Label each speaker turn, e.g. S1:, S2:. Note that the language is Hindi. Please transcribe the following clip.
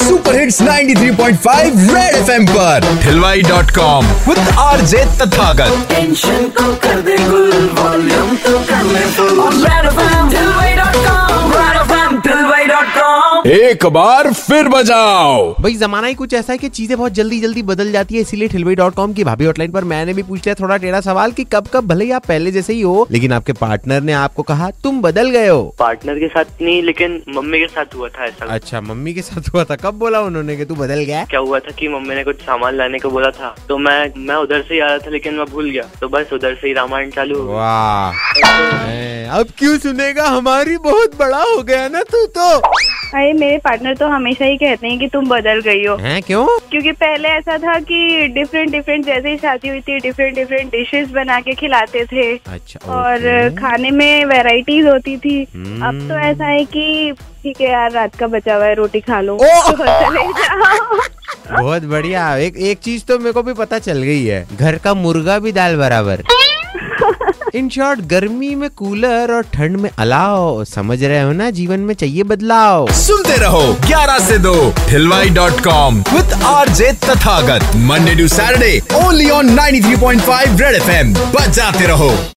S1: सुपर हिट्स 93.5 रेड एफएम पर
S2: हिलवाई dot com with R J Tathagat
S3: tension को कर दे गुल वॉल्यूम तो कर ले फुल और रेडफम दिलवाई डॉट कॉम रेडफम दिलवाई डॉट कॉम
S2: एक बार फिर बजाओ
S4: भाई जमाना ही कुछ ऐसा है कि चीजें बहुत जल्दी जल्दी बदल जाती है इसीलिए ठिलवई डॉट कॉम की भाभी हॉटलाइन पर मैंने भी पूछ लिया थोड़ा टेढ़ा सवाल कि कब कब भले ही आप पहले जैसे ही हो लेकिन आपके पार्टनर ने आपको कहा तुम बदल गए हो
S5: पार्टनर के साथ नहीं लेकिन मम्मी के साथ हुआ था ऐसा
S4: अच्छा मम्मी के साथ हुआ था कब बोला उन्होंने कि तू बदल गया है?
S5: क्या हुआ था कि मम्मी ने कुछ सामान लाने को बोला था तो मैं मैं उधर से ही आ रहा था लेकिन मैं भूल गया तो बस उधर से ही रामायण चालू हो गई।
S4: वाह ए, अब क्यों सुनेगा हमारी बहुत बड़ा हो गया ना तू तो
S6: अरे मेरे पार्टनर तो हमेशा ही कहते हैं कि तुम बदल गई हो
S4: हैं क्यों
S6: क्योंकि पहले ऐसा था कि डिफरेंट डिफरेंट जैसे ही शादी हुई थी डिफरेंट डिफरेंट डिशेस बना के खिलाते थे
S4: अच्छा,
S6: और
S4: ओके।
S6: खाने में वैरायटीज होती थी अब तो ऐसा है कि ठीक है यार रात का बचा हुआ है रोटी खा लो
S4: ओह!
S6: तो चले जाओ
S4: बहुत बढ़िया एक एक चीज तो मेरे को भी पता चल गई है घर का मुर्गा भी दाल बराबर इन शॉर्ट गर्मी में कूलर और ठंड में अलाव समझ रहे हो ना जीवन में चाहिए बदलाव
S2: सुनते रहो 11 से 2 हिलवाई dot com with R J Tathagat Monday to Saturday
S1: only on 93.5 red FM बजाते रहो